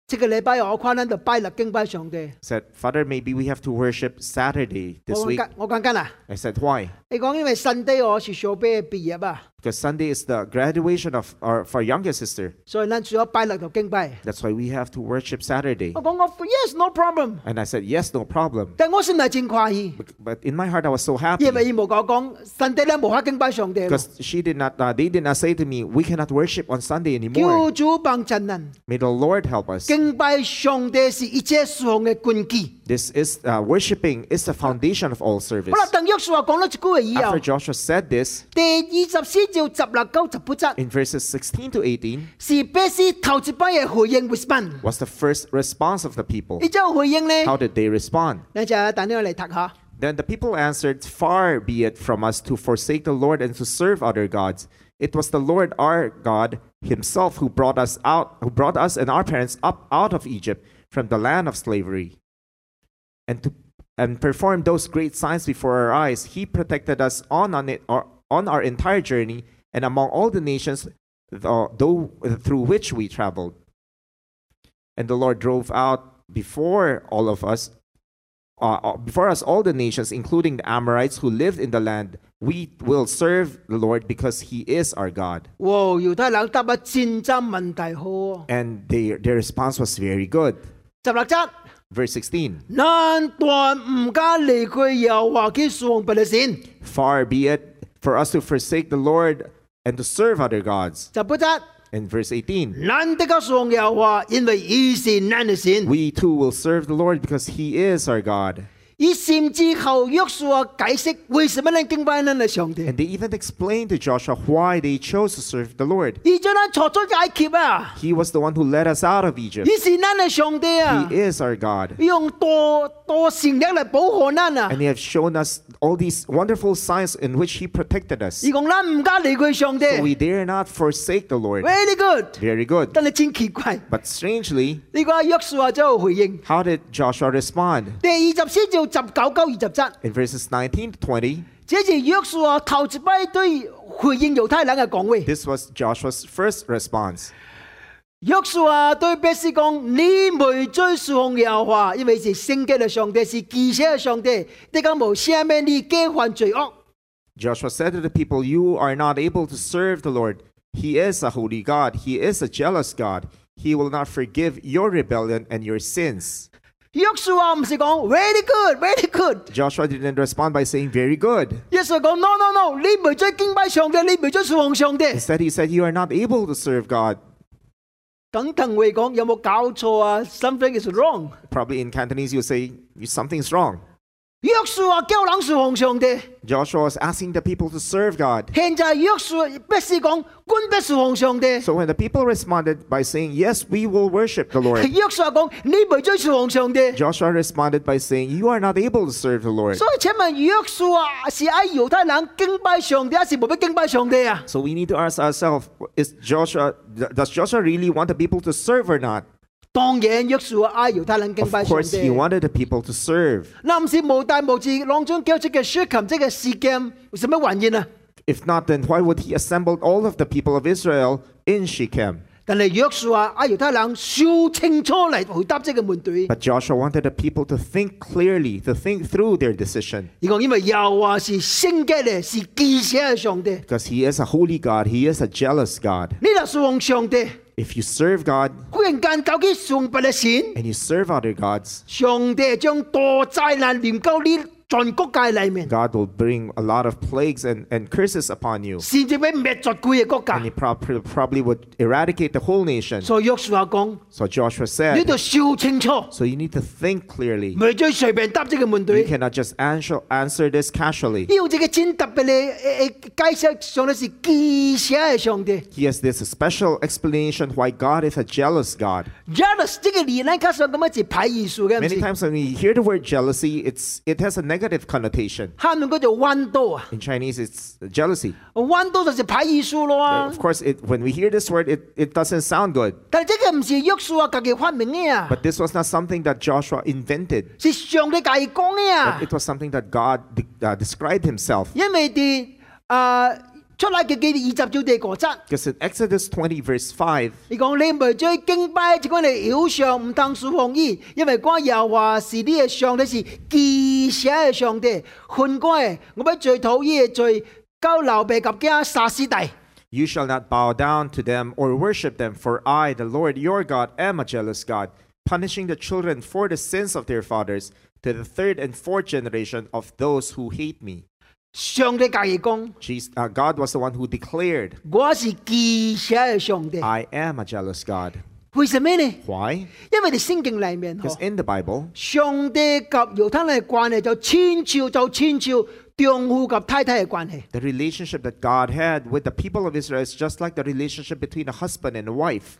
這個禮拜哦我看咱就拜六敬拜上帝。
said, "Father, maybe we have to worship Saturday
我
this
講
week."
緊我講緊啊，
I said, "Why?"
你講因為新低我哦是小畢畢業啊，
Because Sunday is the graduation of our for younger sister.
所以咱除咗拜六就敬拜。
That's why we have to worship Saturday.
我講我 yes no problem，
And I said, "Yes, no problem."
但我心內真懷疑，
But- But in my heart, I was so happy
因為伊冇講講新低咧無法敬拜上帝咯，
because she did not. Uh, they did not say to me, "We cannot worship on Sunday
叫
anymore."
主幫襯人。
May the Lord help us.
敬拜上帝是一切事項嘅根基。
This is uh, worshiping is the foundation of all service.
好啦，鄧約書話講咗一句話以
After
後，
Joshua said this,
第二十四至十六九十八則
in verses 16 to 18
是彼斯頭一班嘅回應 respond。
was the first response of the people.
呢種回應咧，
How did they respond?
你就等我嚟讀下。
Then the people answered, Far be it from us to forsake the Lord and to serve other gods. It was the Lord our God himself who brought us out, who brought us and our parents up out of Egypt from the land of slavery. And to and performed those great signs before our eyes. He protected us on, on, it, or, on our entire journey and among all the nations tho- though, through which we traveled. And the Lord drove out before all of us, uh, uh, before us all the nations, including the Amorites who lived in the land. We will serve the Lord because He is our God.
哇，猶太人答啊戰爭問題好喎。
And they, their response was very good.
十六則，
Verse 16
難道唔加離佢又話佢上俾你先？
Far be it for us to forsake the Lord and to serve other gods.
十八則，
And verse 18
難得個上又話，因為伊是難嘅先。
We too will serve the Lord because He is our God.
以禅至求約束啊解釋為什麼你敬拜呢？你上帝。
And they even explained to Joshua why they chose to serve the Lord.
而將佢錯咗埃及啊，
He was the one who led us out of Egypt.
以前呢係上帝啊
He，is our God.
用多多善力嚟保護呢啊，
And He has shown us all these wonderful signs in which He protected us.
而講呢唔加離佢上帝
So we dare not forsake the Lord.
，very good，
Very good.
但係真奇怪，
But strangely,
呢個約書亞真係回應。
how did Joshua respond?
第二十四至十九九二十七，
In verses 19 to 20,
這是約書亞頭一擺對回應猶太人嘅講話。
this was Joshua's first response.
約書亞對百姓講：你們追從耶和華，因為是聖潔嘅上帝，是忌邪嘅上帝。你家無赦咩？你既犯罪惡，
Joshua said to the people, You are not able to serve the Lord. He is a holy God. He is a jealous God. He will not forgive your rebellion and your sins.
約書亞唔是講 very good，very good。
Joshua didn't respond by saying, Very good.
約書亞講 no no no，你唔追敬拜上帝，你唔追從上帝。
Instead, he said, You are not able to serve God.
耿騰會講有冇搞錯啊？Something is wrong。
Probably in Cantonese, you'll say, Something's wrong.
約書亞叫冷從上帝，
Joshua was asking the people to serve God.
現在約書亞百姓講官不從上帝。
So when the people responded by saying, Yes, we will worship the Lord,
約書亞講你唔追從上帝。
Joshua responded by saying, You are not able to serve the Lord.
所以請問約書亞是喺猶太人敬拜上帝，還是冇乜敬拜上帝啊？
So we need to ask ourselves, is Joshua does Joshua really want the people to serve or not?
當然約書亞愛猶太人敬
Of
拜上
course he
帝。
wanted the people to serve.
臨時無大無治，浪中交織嘅書琴，即係事件，有什麼原因啊？
If not, then why would he assemble all of the people of Israel in Shechem?
但係約書亞愛猶太人說清楚嚟回答這個問題。
But Joshua wanted the people to think clearly, to think through their decision.
而講因為又話是聖潔嘅，是記者嘅上帝，
Because he is a holy God, he is a jealous God.
呢度崇上帝，
If you serve God
忽然間搞起崇拜嘅善，
and you serve other gods,
上帝將多災難連到呢全國界裏面，
God will bring a lot of plagues and, and curses upon you.
甚至俾滅絕佢嘅國家
And。he prob- probably would eradicate the whole nation.
所以約書亞講：
So Joshua
呢
said,
度笑清楚，
So you need to think clearly.
咪最隨便答呢個問
You
題。
cannot just answer, answer this casually.
要這個真特別嘅誒解釋上帝是記者嘅上帝。
He has this special explanation why God is a jealous God.
jealous 呢個字咧加上咁樣字排異數嘅，唔
Many
知
times when we hear the word jealousy, it's it has a negative connotation.
下面嗰就彎刀啊，
In Chinese, it's jealousy.
彎刀就是排異數咯
Uh,
啊
Of。course, it, when we hear this word, it, it doesn't sound good.
但係呢個唔是約書亞自己發明嘅啊，
But this was not something that Joshua invented.
是上帝解講嘅
But
啊。
it was something that God de- uh, described himself.
因為啲啊出嚟嘅記二十章第個則，
Because in Exodus 20, verse 5,
你講你唔最敬拜，只講你曉上唔當屬奉伊，因為嗰又話是呢個上帝是記寫嘅上帝，恨該我不最討厭最交流被及家殺死弟。
You shall not bow down to them or worship them, for I, the Lord your God, am a jealous God, punishing the children for the sins of their fathers to the third and fourth generation of those who hate me.
上帝隔夜講：
Jesus, uh, God was the one who declared,
我是記寫嘅上帝。
I am a jealous God.
為什麼呢？
Why?
因為你聖經裡面
Because
嗬
in the Bible,
上帝及猶太人嘅關係就千兆就千兆，丈夫及太太嘅關係。
the relationship that God had with the people of Israel is just like the relationship between a husband and a wife.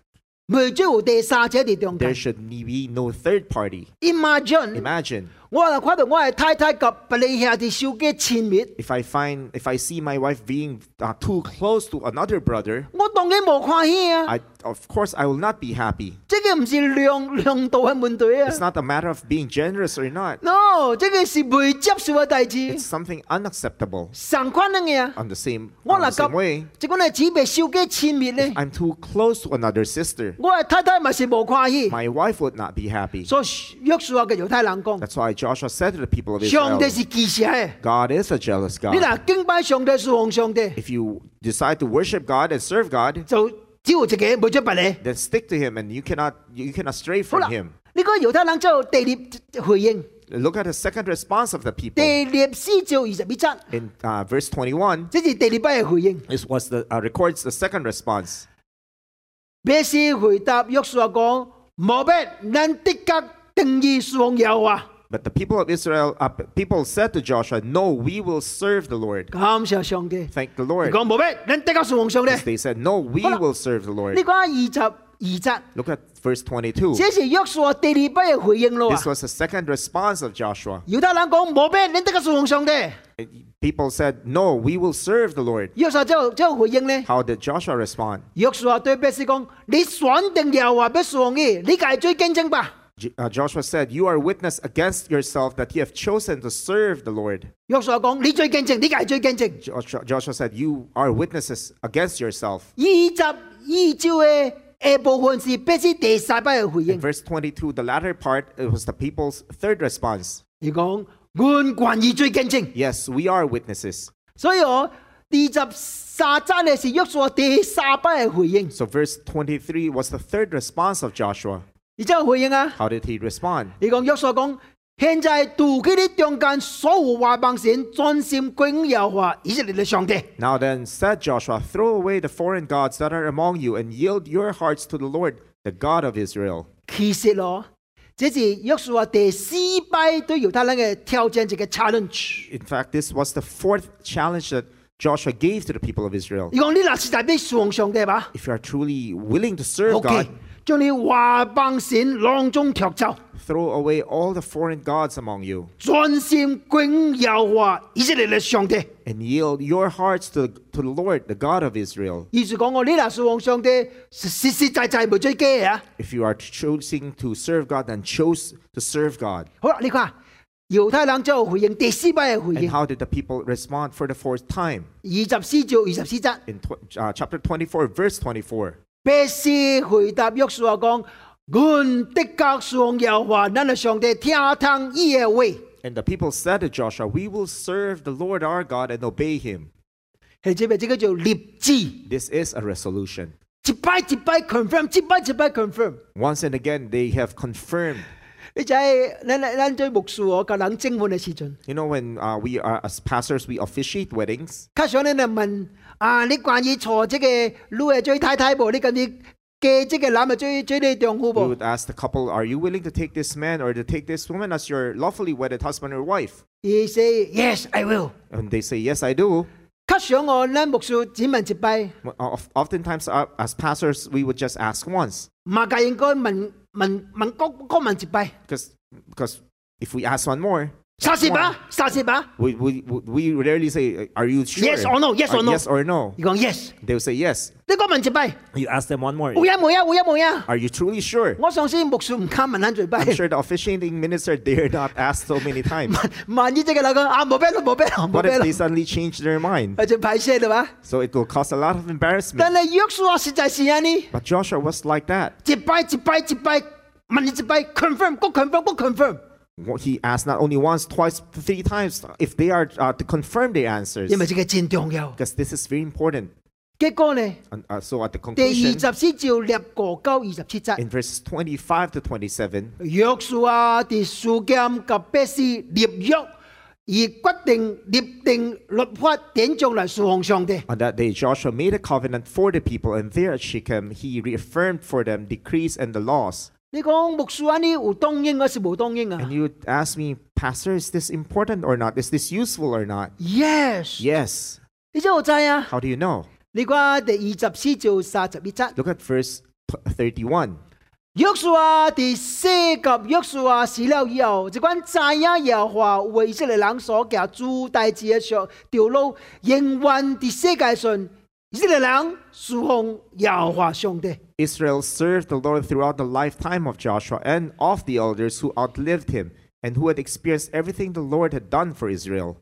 未最後第三者哋中
There
間。
should be no third party.
Imagine，
Imagine
我能看到我係太太及別你下啲小嘅前面，
if I find if I see my wife being uh, too close to another brother,
我當然冇歡喜啊！
I, of course, I will not be happy.
即個唔是量 量度嘅問題
It's
啊
not a matter of being generous or not.
！No，即個是未接受嘅弟
It's
子，
something unacceptable.
神關嘅嘢啊！
On the same,
我
on
能
the
及
same way,，
即講係只被小嘅前面咧，
I'm too close to another sister.
我係太太咪是冇歡喜。
My wife would not be happy.
所以約書亞嘅猶太人講，
That's why Joshua said to the people of
上帝
Israel,
是忌邪嘅。
God is a jealous
你
God.
嗱敬拜上帝、侍奉上帝，
If you decide to worship God and serve God,
就只有自己冇出別你。
then stick to Him, and you cannot you cannot stray
好啦
from，Him. Oh
呢個猶太人就第列回應，
Look at the second response of the people
第列詩照二十一章。
in uh, verse 21.
即是第二班嘅回應。
This was the uh, records the second response.
彼斯回答約書亞講：無必，恁的確定義屬耶和華。
But the people of Israel, uh, people said to Joshua, No, we will serve the Lord.
cảm ơn Chúa.
Thank the Lord.
Còn bố bé, nên tất cả xuống xuống đi.
They said, No, we
Hold on.
will serve the Lord.
Này qua 22節，
Look at verse 22.
這是約書亞第二筆嘅回應咯啊
This！was the second response of Joshua.
猶太人講冇咩，你得個信奉上帝。
People said, No, we will serve the Lord.
約書亞之後之後回應呢？
How did Joshua respond?
約書亞對彼得講：你選定又話俾信嘅，你繼最見證吧。
J- uh, Joshua said, You are witness against yourself that you have chosen to serve the Lord.
約書亞講：你最見證，你繼最見證。
Joshua, Joshua said, You are witnesses against yourself.
二集依照嘅下部分是彼得第三筆嘅回
In
應。
verse 22, the latter part, it was the people's third response
你講滿貫以最見證，
Yes, we are witnesses.
所以我二集撒真嘅是約書亞第三筆嘅回應。
So, verse 23 was the third response of Joshua.
然之後回應啊。
How did he respond?
你講約書亞講，現在杜基啲中間所有壞百姓，專心敬耶和華以色列嘅上帝。
Now then, said Joshua, throw away the foreign gods that are among you and yield your hearts to the Lord, the God of Israel.
其實咯，這是約書亞第四拜對猶太人嘅挑戰，一個 challenge。
In fact, this was the fourth challenge that Joshua gave to the people of Israel.
你講呢嗱是代表上上帝吧
If you are truly willing to serve
？OK，
God,
將你壞百姓囊中踢走，
throw away all the foreign gods among you
專心敬耶和華以色列嘅上帝。
and yield your hearts to, to the Lord, the God of Israel.
意思講我呢嗱哦是上帝實實在在冇追機啊！
If you are choosing to serve God, then chose to serve God.
好啦，你看猶太人就回應第四拜嘅回
And
應，
how did the people respond for the fourth time?
二十四至二十四則。
In tw- uh, chapter 24, verse 24.
彼斯回答約書亞講：阮的確上耶和華咱嘅上帝聽聽伊嘅話，
And the people said to Joshua, We will serve the Lord our God and obey him.
係即係即叫做立志，一
This is a resolution.
擺一擺 confirm，一擺一擺 confirm。
Once and again, they have confirmed.
你就係咱咱咱做牧師哦，教人征婚嘅時陣，
You know, when uh, we are as pastors, we officiate weddings.
較上人就問：啊，你關於娶即個女嘅做太太無？你跟住嫁即個男嘅做做你丈夫
We
無？
would ask the couple, Are you willing to take this man or to take this woman as your lawfully wedded husband or wife?
He say yes, I will。
And they say, Yes, I do.
較上我咱牧師只問一擺，
Well, of- Oftentimes, uh, as pastors, we would just ask once.
嘛家應該問問問各各問一擺，
Because if we ask one more,
三十把，三十把。
we, we, we rarely say, Are you sure?
Yes or no, yes
Are-
or no.
Yes or no.
你講 yes，
They will say, Yes.
你講問一擺，
You ask them one more.
有呀冇呀，有呀冇呀。
Are you truly sure?
我上次牧師唔敢問咱做擺，
I'm sure the officiating minister dare not ask so many times.
萬一即個老公啊冇擺咯，冇擺咯，冇
What
擺
if
咯
they，suddenly Hmm change their mind?
係就排泄啦嘛。
So it will cause a lot of embarrassment.
但係約書亞實在是安尼，
But Joshua was like that.
一擺一擺一擺，問一擺 confirm，個 confirm，個 confirm，
What He asked not only once, twice, three times if they are uh, to confirm their answers.
因為這個真重要。
Because this is very important.
結果呢，
And, uh, so at the
第二
conclusion,
十四章列過九二十七節，
in verses 25 to 27,
約書亞佇書劍及伯斯立約，而決定立定律法典章嚟侍奉上帝。
on that day, Joshua made a covenant for the people, and there at Shechem, he reaffirmed for them decrees and the laws.
你講牧師安尼有當應還是無當應啊
And you would ask me, Pastor, is this important or not? Is this useful or not?
？Yes，
Yes.
你真有知啊！
How do you know?
你看第二十四至三十一節，
Look at verse t- 31.
約書亞第四及約書亞死了以後，這關知影耶和華為以色列人所行諸代志嘅上條路，永遠佇世界上以色列人侍奉耶和華上帝。
Israel served the Lord throughout the lifetime of Joshua and of the elders who outlived him and who had experienced everything the Lord had done for Israel.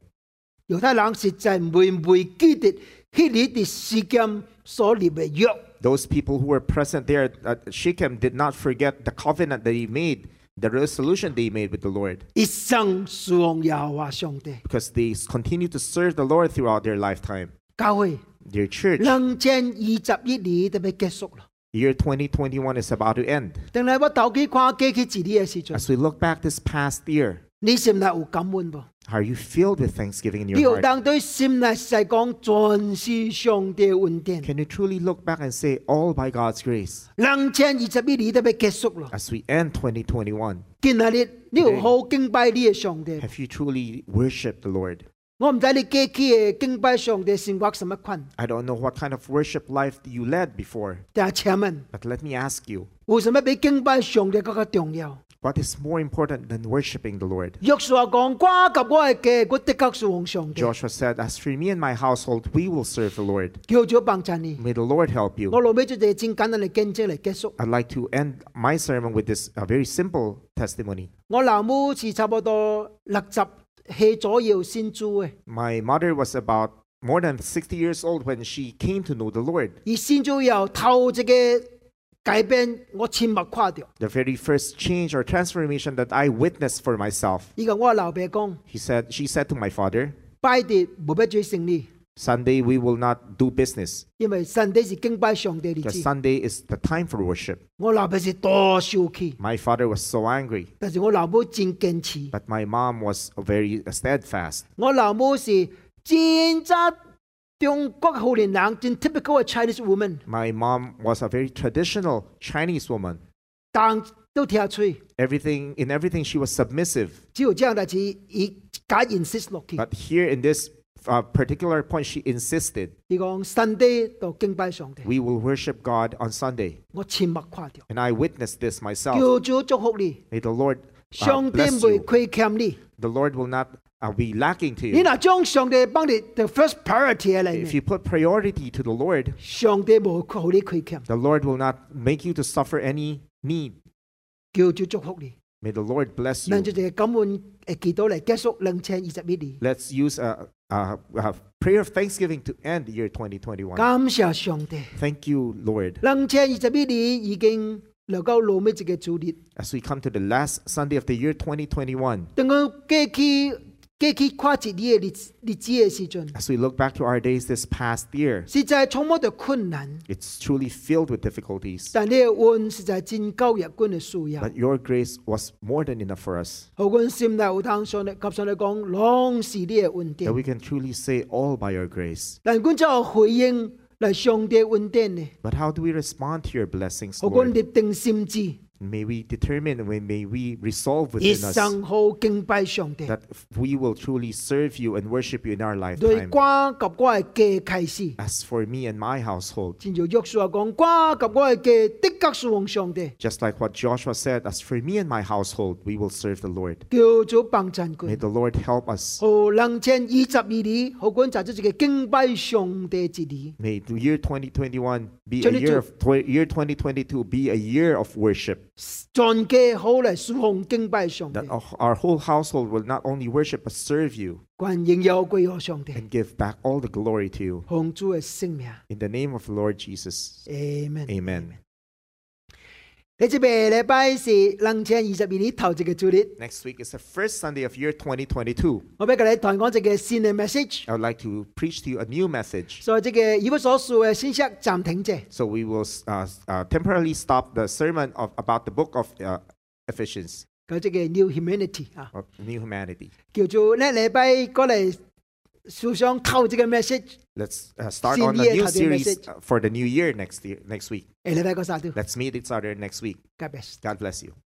猶太人實在每每記得迄日佇事件所立嘅約。
Those people who were present there at Shechem did not forget the covenant that he made, the resolution they made with the Lord,
一生侍奉耶和華上帝，
because they s- continued to serve the Lord throughout their lifetime.
教會
Their church,
兩千二十一年特別結束啦。
year 2021 is about to end.
定係我頭幾看過去一年嘅時陣，
As we look back this past year,
你你善嚟有感恩噃。
Are you filled with thanksgiving in
你
your
有
heart?
當對善嚟世講，全是上帝恩典。
Can you truly look back and say, all by God's grace?
兩千二十一年都未結束咯。
As we end 2021,
今日你你要好敬拜呢個上帝。
have you truly worshiped the Lord?
我唔知你過去嘅敬拜上帝生活什麼困，
I don't know what kind of worship life you led before,
但係請問，
but let me ask you,
為什麼比敬拜上帝更加重要？
what is more important than worshiping the Lord?
約書亞講：瓜及我嘅嘅，我的確是奉上帝，
Joshua said, As for me and my household, we will serve the Lord.
叫咗幫襯你。
May the Lord help
我
you.
老尾就係正簡單嘅見證嚟結束。
I'd like to end my sermon with this uh, very simple testimony.
我老母是差不多六十歲左右先住嘅，
My mother was about more than 60 years old when she came to know the Lord.
而先住以後頭一個改變，我親目看到。
The very first change or transformation that I witnessed for myself.
依個我老爸講：
He said, she said to my father,
拜地冇乜最勝利，
Sunday we will not do business.
因為上帝是敬拜上帝嘅
Because
日子。
Sunday is the time for worship.
我老爸是多受氣，
My father was so angry,
但是我老母真堅持。
but my mom was very steadfast.
我老母是真扎中國好年人，真 typical 嘅 Chinese woman，
My mom was a very traditional Chinese woman.
但都聽吹，
Everything in everything she was submissive.
只有這樣但是伊假 insist 落去，
But here in this uh, particular point, she insisted
伊講上帝就敬拜上帝，
we will worship God on Sunday.
我沉默垮掉，
And I witnessed this myself.
叫主祝福你，
May the Lord uh,
上帝
啊 bless
唔
you.
會虧欠你，
The Lord will not uh, be lacking to
你
you.
若將上帝幫你 the first priority 嚟
If
面，
you put priority to the Lord,
上帝冇好你虧欠，
the Lord will not make you to suffer any need.
叫主祝福你，
May the Lord bless
能
you.
就就感恩誒祈禱嚟結束兩千二十一年，
Let's use a, a, a prayer of thanksgiving to end year 2021.
感謝上帝。
Thank you, Lord.
兩千二十一年已經嚟到老尾一個主日，
As we come to the last Sunday of the year 2021,
當我過去過去跨節日嘅日子日子嘅時陣，
as we look back to our days this past year,
實在充滿着困難，
it's truly filled with difficulties.
但你嘅恩實在真夠日君嘅需要
But。your grace was more than enough for us,
何君心內有通上嚟，及上嚟講，攏是你嘅恩
that
典
we。can truly say, All by your grace.
但阮怎有回應嚟上帝嘅恩典呢？
But how do we respond to your blessings,
何君
Lord?
立定心志，
May we determine and may we resolve
一
within us
生好敬拜上帝。
that we will truly serve you and worship you in our
對
lifetime.
我及我嘅家開始，
As for me and my household,
正如約書亞講，我及我嘅家的確是奉上帝。
just like what Joshua said, as for me and my household, we will serve the Lord.
叫做帮衬佢。
May the Lord help us.
好，两千二十二年，好管就即个敬拜上帝之年。
May the year 2021 be a year of year 2022 be a year of worship.
全家好嚟侍奉敬拜上帝
That，our- our whole household will not only worship but serve you
還仍有歸我上帝，
and give back all the glory to you.
奉主嘅聖名。
In the name of the Lord Jesus.
Amen。
Amen.
你即個禮拜是兩千二十二年頭一個主日，
Next week is the first Sunday of year 2022.
我俾佢哋台講一個新嘅 message，
I would like to preach to you a new message.
所以即個以弗所書嘅信息暫停啫。
So we will uh, uh, temporarily stop the sermon of about the book of uh, Ephesians.
佢即個 New Humanity 啊，
of new humanity.
叫做呢禮拜過嚟思想頭一個 message，
Let's uh, start
Sin
on a
year
new
had a
series
message.
uh, for the new year next year, next week.
下禮拜個沙都，
Let's meet each other next week.
God bless。
God bless you.